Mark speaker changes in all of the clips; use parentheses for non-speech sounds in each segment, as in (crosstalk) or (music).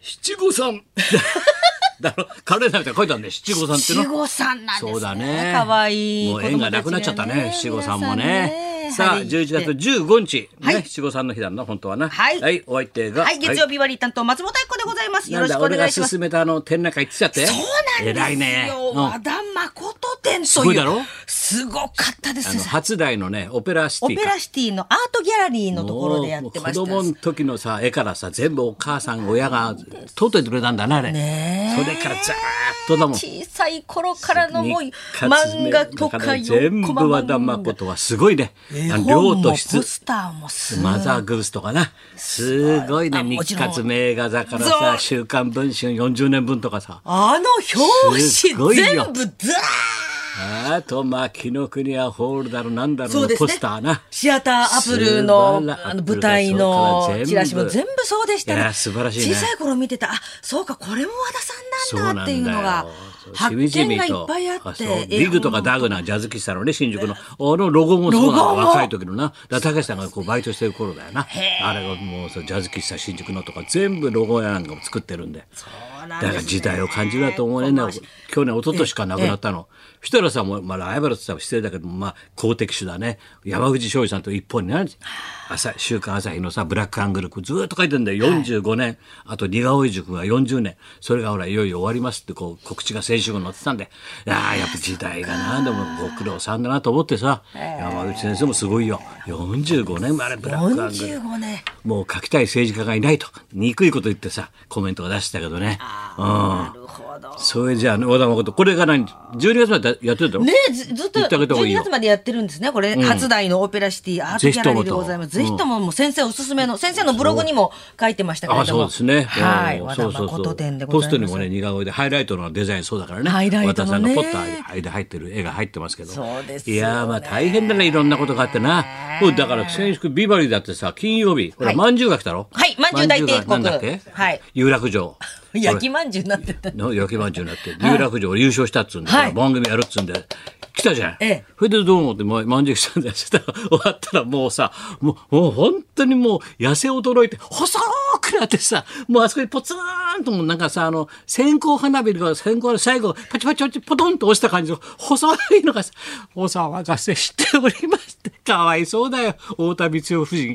Speaker 1: 七五三。 (laughs) だろ彼らみたいに書いてあるね、七五三っての。
Speaker 2: 七五三なんですね
Speaker 1: そうだね。
Speaker 2: かわいい
Speaker 1: もう縁がなくなっちゃった
Speaker 2: 子供た
Speaker 1: ね、七
Speaker 2: ちね
Speaker 1: 五三も
Speaker 2: 皆さん
Speaker 1: ね。
Speaker 2: ね
Speaker 1: さあ、
Speaker 2: はい
Speaker 1: 11月15日、
Speaker 2: はい
Speaker 1: ね、七五三の日なんだ、本当はな。
Speaker 2: はい
Speaker 1: お相手が。
Speaker 2: はい、月曜日割り担当松本明子でございます。
Speaker 1: な
Speaker 2: よろ
Speaker 1: ん
Speaker 2: し
Speaker 1: だ
Speaker 2: くお
Speaker 1: 俺
Speaker 2: 願
Speaker 1: が
Speaker 2: いします
Speaker 1: 勧。めたあの展覧会行ってきちゃって
Speaker 2: そうな
Speaker 1: 偉い
Speaker 2: んです
Speaker 1: ね
Speaker 2: よ。
Speaker 1: うん
Speaker 2: 和田誠展という。
Speaker 1: すごいだろ
Speaker 2: すごかったで
Speaker 1: あ
Speaker 2: す
Speaker 1: の。初代のねオペラシテ
Speaker 2: オ
Speaker 1: ィ
Speaker 2: ペ
Speaker 1: か
Speaker 2: ラシティのアートギャラリーのところでやってました。
Speaker 1: もう子供の時のさ絵からさ全部お母さん親が取っといてくれたんだなあれ、
Speaker 2: ねえ
Speaker 1: それからずーっとだもん
Speaker 2: 小さい頃からのもう
Speaker 1: 日活
Speaker 2: 漫画と
Speaker 1: だら
Speaker 2: かよ
Speaker 1: 全
Speaker 2: コマ
Speaker 1: 部和田
Speaker 2: 漫画
Speaker 1: 誠はすごいね
Speaker 2: 絵
Speaker 1: あの量
Speaker 2: 本も
Speaker 1: と
Speaker 2: ポ
Speaker 1: 質
Speaker 2: スターもすごい
Speaker 1: マザーグースとかなすごいね
Speaker 2: あもち
Speaker 1: 日
Speaker 2: ろん
Speaker 1: 活名画座から
Speaker 2: そう
Speaker 1: さ「週刊文春」40年分とかさ
Speaker 2: あの
Speaker 1: す
Speaker 2: 表
Speaker 1: ご
Speaker 2: 紙
Speaker 1: いよ
Speaker 2: 全部ザー
Speaker 1: あとまあ紀ノ国屋ホールだろなんだろ
Speaker 2: そう
Speaker 1: の
Speaker 2: です
Speaker 1: ポ
Speaker 2: ね
Speaker 1: スターな。
Speaker 2: シアターアップル
Speaker 1: 素晴
Speaker 2: の
Speaker 1: ら
Speaker 2: あの舞台のチラシも全部そうでした
Speaker 1: い
Speaker 2: ね。
Speaker 1: や素晴らしいね
Speaker 2: 小さい頃見てた、あ、そうか、これも和田さんなんだっていうのが
Speaker 1: そう、
Speaker 2: 発見がいっぱいあ
Speaker 1: あ
Speaker 2: っ
Speaker 1: そう
Speaker 2: て。
Speaker 1: ビグとかダグなジャズ喫茶のね新宿のあのロゴもそうな
Speaker 2: ロゴ
Speaker 1: の
Speaker 2: も
Speaker 1: 若い時のなだから高橋さんがこうバイトしてる頃だよなあれがもうそうジャズ喫茶新宿のとか全部ロゴやなんかも作ってるんで
Speaker 2: そう
Speaker 1: だ
Speaker 2: なんですね
Speaker 1: から時代を感じるなと思うねな去年一昨年か亡くなったのそしたらさもう、まあ、ライバルって言ったら失礼だけどまあ公的手だね山口庄司さんと一本になる朝週刊朝日のさブラックアングルこうずーっと書いてんだよ45年、あと似顔絵塾が40年それがほらいよいよ終わりますってこう告知が先週号に載ってたんでいやーやっぱ時代がなでもご苦労さんだなと思ってさ山口先生もすごいよ45年もあれブラックアングル。
Speaker 2: 45年。
Speaker 1: もう書きたい政治家がいないと憎いこと言ってさコメントが出してたけどね
Speaker 2: なるほど。
Speaker 1: それじゃあね和田誠これが何12月までやってるんだろ
Speaker 2: ねずずっと
Speaker 1: 言ってあげた方がいい
Speaker 2: 12
Speaker 1: よ
Speaker 2: 月までやってるんですね、これ、初代のオペラシティアートギャラリーでございます。
Speaker 1: ぜ
Speaker 2: ぜ
Speaker 1: ひ
Speaker 2: ひ
Speaker 1: とも
Speaker 2: とももう先生おすすめの、先生のブログにも書いてましたけれ
Speaker 1: あ
Speaker 2: ど
Speaker 1: そ
Speaker 2: も。
Speaker 1: うですね
Speaker 2: はい、
Speaker 1: うん
Speaker 2: 和田
Speaker 1: そうそうそう
Speaker 2: 誠展でご
Speaker 1: ポ
Speaker 2: ざ
Speaker 1: ス
Speaker 2: います。
Speaker 1: トにもね似顔絵でハイライトのデザインそうだからね
Speaker 2: ハイライ
Speaker 1: 和
Speaker 2: ト
Speaker 1: 田さ
Speaker 2: の
Speaker 1: ん
Speaker 2: ね
Speaker 1: がポッと間入ってる絵が入ってますけど
Speaker 2: そうです
Speaker 1: い
Speaker 2: よね
Speaker 1: やーまあ大変だねいろんなことがあってなもうだから先週ビバリーだってさ金曜日ほら
Speaker 2: はい
Speaker 1: まんじゅうが来たろ
Speaker 2: はいまんじゅう大帝国
Speaker 1: まんじゅうがなんだっけ
Speaker 2: はい
Speaker 1: 有楽町
Speaker 2: (laughs) 焼きまんじゅうになってた。
Speaker 1: の焼きまんじゅうになって有楽町優勝したっつうんで、
Speaker 2: はい
Speaker 1: 番組やるっつうんで来たじゃん、
Speaker 2: ええ
Speaker 1: それでどう思ってままんじゅうしたんだよそしたら終わったらもうさもうもう本当にもう痩せ衰えて細くなってさもうあそこにポツーンともうなんかさあの線香花火が線香の最後パチパチパチポトンと落ちた感じの細いのがさお騒がせしておりましてかわいそうだよ太田光代夫人。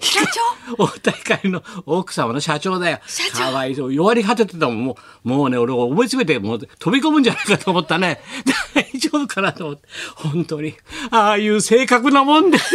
Speaker 2: 社長
Speaker 1: お (laughs) 大会の奥様の社長だよ。
Speaker 2: 社長
Speaker 1: かわいそう。弱り果ててたもん。もう、もうね、俺思いつめて、もう飛び込むんじゃないかと思ったね。 (laughs) 大丈夫かなと思って。本当に。ああいう正確なもんで。 (laughs)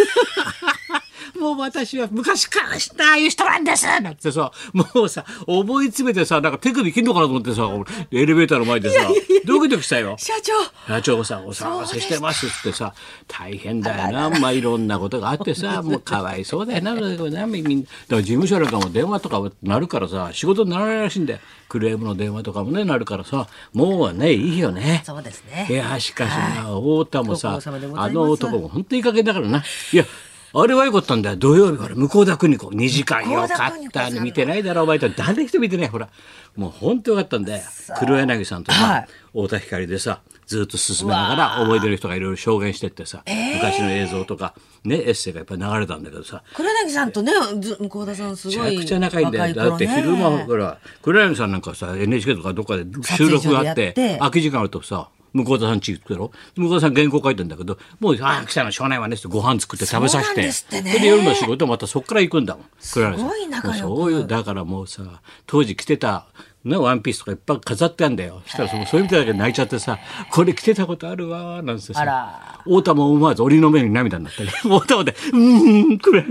Speaker 1: もう私は昔から知ったああいう人なんですなんてさ、もうさ、思い詰めてさ、なんか手首切んのかなと思ってさ、俺エレベーターの前でさ、ドキドキしたよ。
Speaker 2: 社長
Speaker 1: 社長さんお騒がせしてますってさ大変だよなまあいろんなことがあって
Speaker 2: (laughs)
Speaker 1: さもうかわいそうだよななみんなだから事務所なんかも電話とかなるからさ仕事にならないらしいんでクレームの電話とかもねなるからさもうねいいよね。
Speaker 2: そうですね
Speaker 1: い。やしかしな太田も
Speaker 2: ご
Speaker 1: さ
Speaker 2: 苦労様でございま
Speaker 1: あ
Speaker 2: す
Speaker 1: の男も本当にいい加減だからないやあれはよかったんだよ土曜日から向田邦子2時間よかっ
Speaker 2: 向田
Speaker 1: た
Speaker 2: 邦子
Speaker 1: ね
Speaker 2: さん
Speaker 1: 見てないだろお前と誰一人見てないほらもう本当よかったんだよ黒柳さんとさ、
Speaker 2: はい
Speaker 1: 太田光でさずっと進めながら思い出の人がいろいろ証言してってさ、昔の映像とかねエッセイがいっぱい流れたんだけどさ
Speaker 2: 黒柳さんとね、ず向田さんす
Speaker 1: め
Speaker 2: ご
Speaker 1: ち
Speaker 2: い
Speaker 1: ゃくちゃ仲いいんだよ、
Speaker 2: 若
Speaker 1: だっ
Speaker 2: 頃ね
Speaker 1: て昼間から黒柳さんなんかさ NHK とかどっかで収録があって
Speaker 2: 撮影所でやって
Speaker 1: 空き時間あるとさ向田さんち行くだろ向田さん原稿書いてんだけどもう「ああ来たのしょうがないわね」ってご飯作って食べさせ
Speaker 2: そうなん
Speaker 1: て
Speaker 2: ですってね
Speaker 1: それで夜の仕事またそっから行くんだもん黒柳さん
Speaker 2: すごい仲良く
Speaker 1: もうそういうだからもうさ当時着てたね、ワンピースとかいっぱい飾ってあんだよ。そしたらそのそういうみたいだけど泣いちゃってさ、これ着てたことあるわーなんて
Speaker 2: あ
Speaker 1: さ
Speaker 2: ら、
Speaker 1: 太田も思わず檻の目に涙にな (laughs) ったね。太田もね、うーん、これ、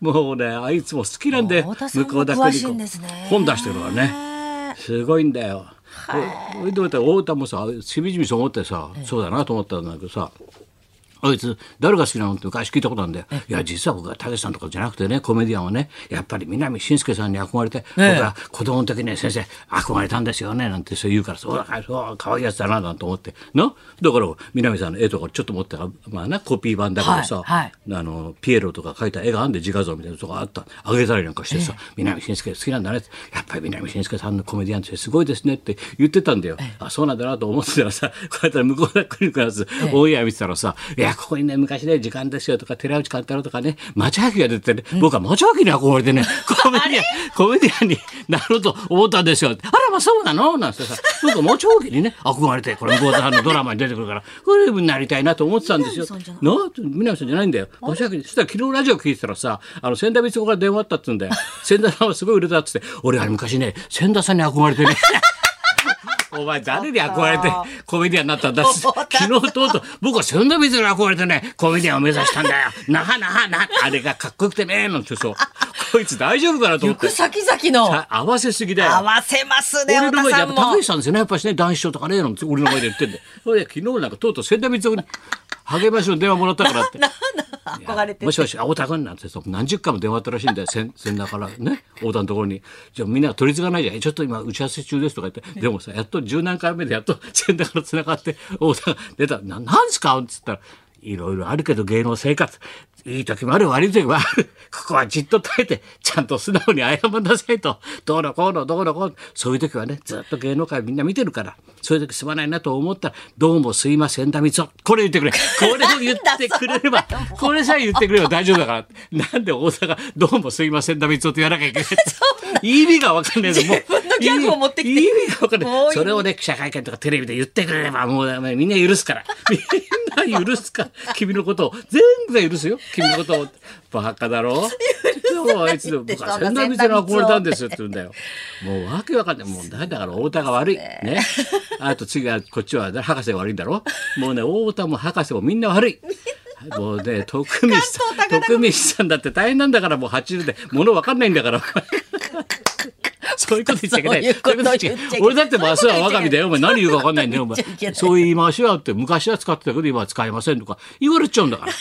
Speaker 1: もうね、あいつも好きなんで、
Speaker 2: 太田さんも詳しいんですね
Speaker 1: 本出してるからね。すごいんだよ。えでまた太田もさしみじみそう思ってさ、そうだなと思ったんだけどさあいつ誰が好きなのって昔聞いたことあるんだよ。いや実は僕はたけしさんとかじゃなくてねコメディアンはねやっぱり南信介さんに憧れて、僕は子供の時ね先生憧れたんですよねなんてそう言うからそうだそう可愛いやつだななんて思ってなだから南さんの絵とかちょっと持ってたからまあなコピー版だけどさ、
Speaker 2: はいはい
Speaker 1: あのピエロとか描いた絵があんで自画像みたいなとこあったあげたりなんかしてさ「南信介好きなんだね」って「やっぱり南信介さんのコメディアンってすごいですね」って言ってたんだよ。あそうなんだなと思ってたらさこうやったら向こうの国からさオンエア見てたらさ「いやあ、ここにね、昔ね、時間ですよとか、寺内勘太郎とかね、町明が出てね、僕は町明に憧れてね、 (laughs) コメディアン、コメディアンになろうと思ったんですよ。あら、まあそうなのなんてさ、僕は町明にね、憧れて、これ、向田んのドラマに出てくるから、 (laughs) これになりたいなと思ってたんですよ。な、南さんじゃないんだよ。町明に。そしたら昨日ラジオ聞いてたらさ、あの、千田光子から電話あったっつうんだよ。 (laughs) 千田さんはすごい売れたっつって、俺は昔ね、千田さんに憧
Speaker 2: (laughs)
Speaker 1: れてね。お前誰に憧れてコメディアンになったんだ
Speaker 2: (laughs) そうだった
Speaker 1: 昨日とうとう僕はそんな別に憧れてねコメディアンを目指したんだよなはなはなあれがかっこよくてねなんてそうこいつ大丈夫かなと思
Speaker 2: 行
Speaker 1: って
Speaker 2: く先々の
Speaker 1: あ合わせすぎだよ
Speaker 2: 合わせますね
Speaker 1: 俺の
Speaker 2: 太
Speaker 1: 前
Speaker 2: 田
Speaker 1: でや
Speaker 2: さ
Speaker 1: っ
Speaker 2: ん
Speaker 1: ぱ
Speaker 2: も
Speaker 1: 高橋さんですよねやっぱしね男子賞とかねなんて俺の前で言ってんでそれで昨日なんかとうとう千田光雄に励ましの電話もらったからって
Speaker 2: 憧れて
Speaker 1: もしもし、あ太田君なんてそう何十回も電話あったらしいんだよ、せん (laughs) 先だからね、太田のところに。じゃあみんな取り付かないじゃん。えちょっと今打ち合わせ中ですとか言って、でもさ、やっと十何回目でやっと (laughs) 先だから繋がって、太田が出た。な、なんすかっつったら、いろいろあるけど芸能生活。いい時もある悪い時もある。 (laughs) ここはじっと耐えて、ちゃんと素直に謝んなさいと。どうのこうの、どうのこうの。そういう時はね、ずっと芸能界みんな見てるから、そういう時すまないなと思ったら、どうもすいませんだみつお。これ言ってくれ。これを言ってくれれ
Speaker 2: (laughs)
Speaker 1: ば、これさえ言ってくれば大丈夫だから。なんで大阪、どうもすいませんだみつおって言わなきゃいけない。意味がわかんないぞもう
Speaker 2: 自分のギャグを持ってきて
Speaker 1: 意味がわかん
Speaker 2: もう
Speaker 1: ないい。
Speaker 2: い
Speaker 1: それをね、記者会見とかテレビで言ってくれれば、もうダメみんな許すから。みんな許すから。君のことを。全然許すよ。君のことを。バカだろでもあいつでも僕は
Speaker 2: そ
Speaker 1: 千
Speaker 2: んな
Speaker 1: 田光の憧れたんですよって言うん
Speaker 2: (laughs)
Speaker 1: だよ。もうわけわかんない。もうだから太田が悪い。ね。あと次はこっちは博士が悪いんだろ。もうね、太田も博士もみんな悪
Speaker 2: (laughs)
Speaker 1: い。もうね、徳光さ
Speaker 2: 関東高
Speaker 1: ん、徳光さんだって大変なんだから、もう80で、物わかんないんだ
Speaker 2: (laughs)
Speaker 1: から。そういうこと言っちゃいけない。
Speaker 2: そういうこと言っちゃいけない
Speaker 1: 俺だって明日は我が身だよ、お前。何言うかわかんないんだよ、お前
Speaker 2: そういうこと言っちゃいけない。
Speaker 1: そういう言い回しはあって、昔は使ってたけど、今は使えませんとか、言われちゃうんだから。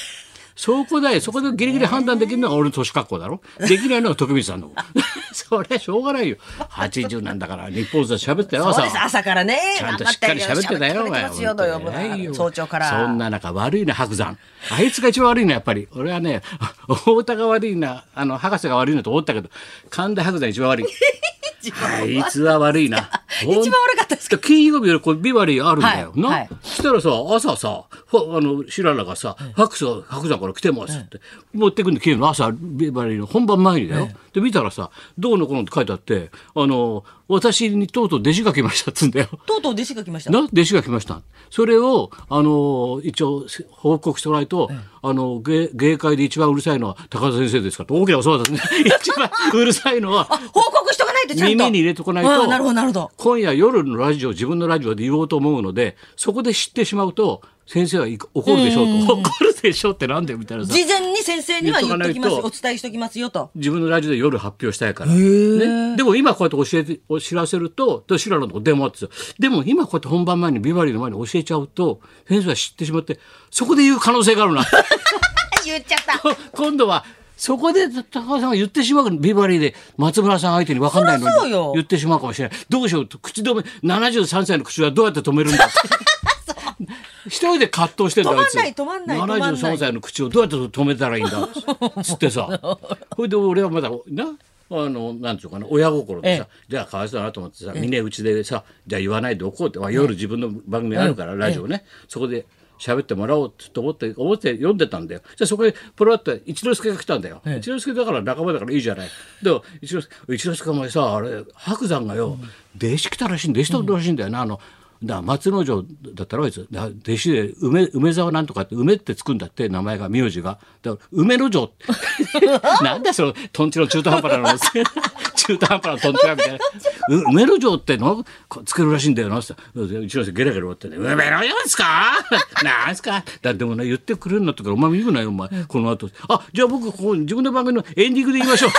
Speaker 1: そこで、そこでギリギリ判断できるのが俺の年格好だろ。できないのが徳光さんの。 (laughs) それはしょうがないよ。80なんだから、日本座で喋ったよ、
Speaker 2: そう
Speaker 1: 朝
Speaker 2: です
Speaker 1: は。
Speaker 2: 朝からね
Speaker 1: ちゃんとしっかり喋ってたよ、お
Speaker 2: 頑張
Speaker 1: 前。
Speaker 2: ってよ
Speaker 1: 本当に偉いよ
Speaker 2: 早朝から
Speaker 1: そんな中、悪いな、白山。あいつが一番悪いな、やっぱり。俺はね、 (laughs) 太田が悪いな、あの、博士が悪いなと思ったけど、神田白山一番悪い。あいつは悪いな。
Speaker 2: (laughs) 一番悪かったですか
Speaker 1: 金曜日よりこれビバリーあるんだよ。
Speaker 2: はい
Speaker 1: な、
Speaker 2: はい
Speaker 1: したらさ、朝さ、ほあの、白良がさ、白山、白山から来てますって、持ってくんで、金曜の朝、ビバリーの本番前にだよ。で、見たらさ、どうのこうのって書いてあって、あの、私にとうとう弟子が来ましたっつうんだよ。
Speaker 2: とうとう弟子が来ました
Speaker 1: な弟子が来ましたそれをあの一応せ報告してもらないと、あの芸芸界で一番うるさいのは高田先生ですかと大きなお世話ですね (laughs) 一番うるさいのは
Speaker 2: あ報告しとかないとちゃんと
Speaker 1: 耳に入れてこない
Speaker 2: あ
Speaker 1: と
Speaker 2: ーなるほどなるほど
Speaker 1: 今夜夜のラジオ自分のラジオで言おうと思うのでそこで知ってしまうと先生はい怒るでしょうと怒るでしょうってなんだよみたいなさ
Speaker 2: 事前に先生には言っときます
Speaker 1: 言っとか
Speaker 2: お
Speaker 1: ない
Speaker 2: 伝えしときますよと
Speaker 1: 自分のラジオで夜発表したいから、ね、でも今こうやって教えてお知らせるとと白良の電話ってでも今こうやって本番前にビバリーの前に教えちゃうと先生は知ってしまってそこで言う可能性があるな (laughs)
Speaker 2: 言っちゃった
Speaker 1: 今度はそこで高橋さんが言ってしまうからビバリーで松村さん相手に分かんない
Speaker 2: そりゃそ
Speaker 1: の
Speaker 2: うよ
Speaker 1: に言ってしまうかもしれないどうしようと口止め73歳の口はどうやって止めるんだって一人で葛藤してんだあいつ
Speaker 2: 止まんない止まんない止まんない
Speaker 1: 73歳の口をどうやって止めたらいいん
Speaker 2: (laughs)
Speaker 1: だつってさそれで俺はまだなあのなんていうかな親心でさ、じゃあかわいそうだなと思ってさ峰打ちでさじゃあ言わないでおこうって、まあ、夜自分の番組あるから、ラジオね、そこで喋ってもらおうって思って思って読んでたんだよじゃあそこでポロッと一之輔が来たんだよ、一之輔だから仲間だからいいじゃないでも一之輔一之輔お前さあれ白山がよ、弟子来たらしいんだ弟子取るらしいんだよな、あのだ松之丞だったらあいつだ弟子で梅梅沢なんとかって梅ってつくんだって名前が名字がだから梅之丞 (laughs) なんだそのとんちの中途半端なの (laughs) 中途半端なとんちがみたいなう梅之丞ってのこつけるらしいんだよなって言ったらうちの人ゲラゲラ笑ってね「梅之丞ですか (laughs) なんすか?」だでもね言ってくれるんだったからお前も言うなよお前この後あじゃあ僕ここ自分の番組のエンディングで言いましょう。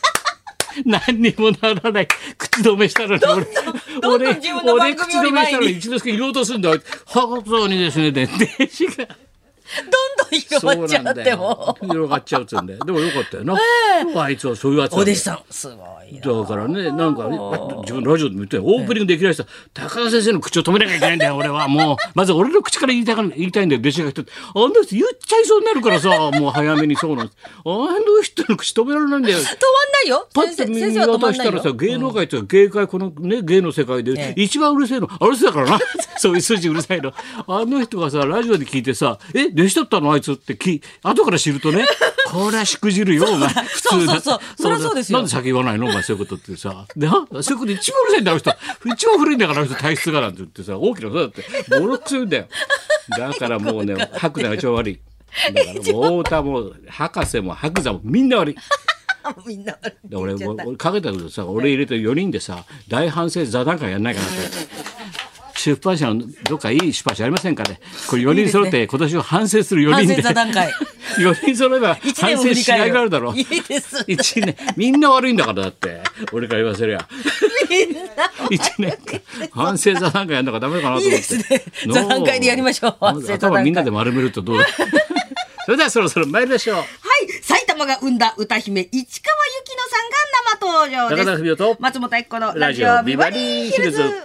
Speaker 1: (laughs) 何にもならない口止めしたのに俺
Speaker 2: どんどん自分の番組よ
Speaker 1: (laughs) 俺口止
Speaker 2: り前に
Speaker 1: めしたのに一之輔言おうとするんだはそうにですねで弟子が
Speaker 2: どんどん広がっちゃっても。
Speaker 1: 広がっちゃうっつうんで。でもよかったよな。あいつはそういうやつだ
Speaker 2: お弟
Speaker 1: よ
Speaker 2: 子さん、すごいな。
Speaker 1: だからね、なんかね、自分のラジオでも言ったよ。オープニングできない人、高田先生の口を止めなきゃいけないんだよ、俺は。もう、まず俺の口から言いたい言いたいんだよ、弟子が来て。あんな人言っちゃいそうになるからさ、もう早めにそうなんです。あの人の口止められないんだよ。
Speaker 2: 止まんないよ。
Speaker 1: パ
Speaker 2: 先
Speaker 1: ッ
Speaker 2: 生、
Speaker 1: と見
Speaker 2: 先生は止ま
Speaker 1: 渡
Speaker 2: ん
Speaker 1: し
Speaker 2: な
Speaker 1: た
Speaker 2: い
Speaker 1: らさ、
Speaker 2: よ。
Speaker 1: 芸能界というか芸界、このね、芸の世界で
Speaker 2: え
Speaker 1: 一番うるせえの、あの人だ
Speaker 2: (laughs)
Speaker 1: からな。そういう筋うるさいの。あの人がさ、ラジオで聞いてさ、え、弟子だったのあいつってき、後から知る
Speaker 2: (laughs)
Speaker 1: とね、これはしくじるよ、お前。普
Speaker 2: そう
Speaker 1: 通だ
Speaker 2: そうそうそりゃそうですよ
Speaker 1: なんで先言わないのお前、そういうことってさ。で、あそういうこと一番うるさいんだ、あの人。一番古いんだから、あの人体質がなんて言ってさ、大きなことだって、ボロックス言うんだよ。だからも
Speaker 2: (laughs)
Speaker 1: うね、白菜が一番悪い。だからもう太田も博士も白座もみんな悪い。
Speaker 2: みんな。
Speaker 1: で俺
Speaker 2: 言っちゃった
Speaker 1: 俺かけたけどさ俺入れて4人でさ大反省座談会やんないかなと思って出版社のどっかいい出版社ありませんかねこれ4人揃っ
Speaker 2: いいです
Speaker 1: て今年を反省する4
Speaker 2: 反
Speaker 1: 人で
Speaker 2: 省座
Speaker 1: (laughs)
Speaker 2: 談会。
Speaker 1: 4人揃えば
Speaker 2: 一
Speaker 1: 反
Speaker 2: 年を振
Speaker 1: 省
Speaker 2: り
Speaker 1: し
Speaker 2: 返
Speaker 1: が
Speaker 2: る。
Speaker 1: いがあるだろ
Speaker 2: いいです。
Speaker 1: 一年みんな悪いんだからだって俺から言わせりゃ
Speaker 2: みんな。
Speaker 1: 一年間反省座談会やんなきゃダメかなと思って
Speaker 2: いいです
Speaker 1: (laughs)
Speaker 2: ね
Speaker 1: の
Speaker 2: 座談会でやりましょう反省座談会
Speaker 1: 頭みんなで丸めると
Speaker 2: (laughs)
Speaker 1: どうだそれではそろそろ参りましょう
Speaker 2: はい、埼玉が生んだ歌姫、市川由紀乃さんが生登場です。
Speaker 1: 中田文夫と
Speaker 2: 松本明子のラジオビバリーヒルズ。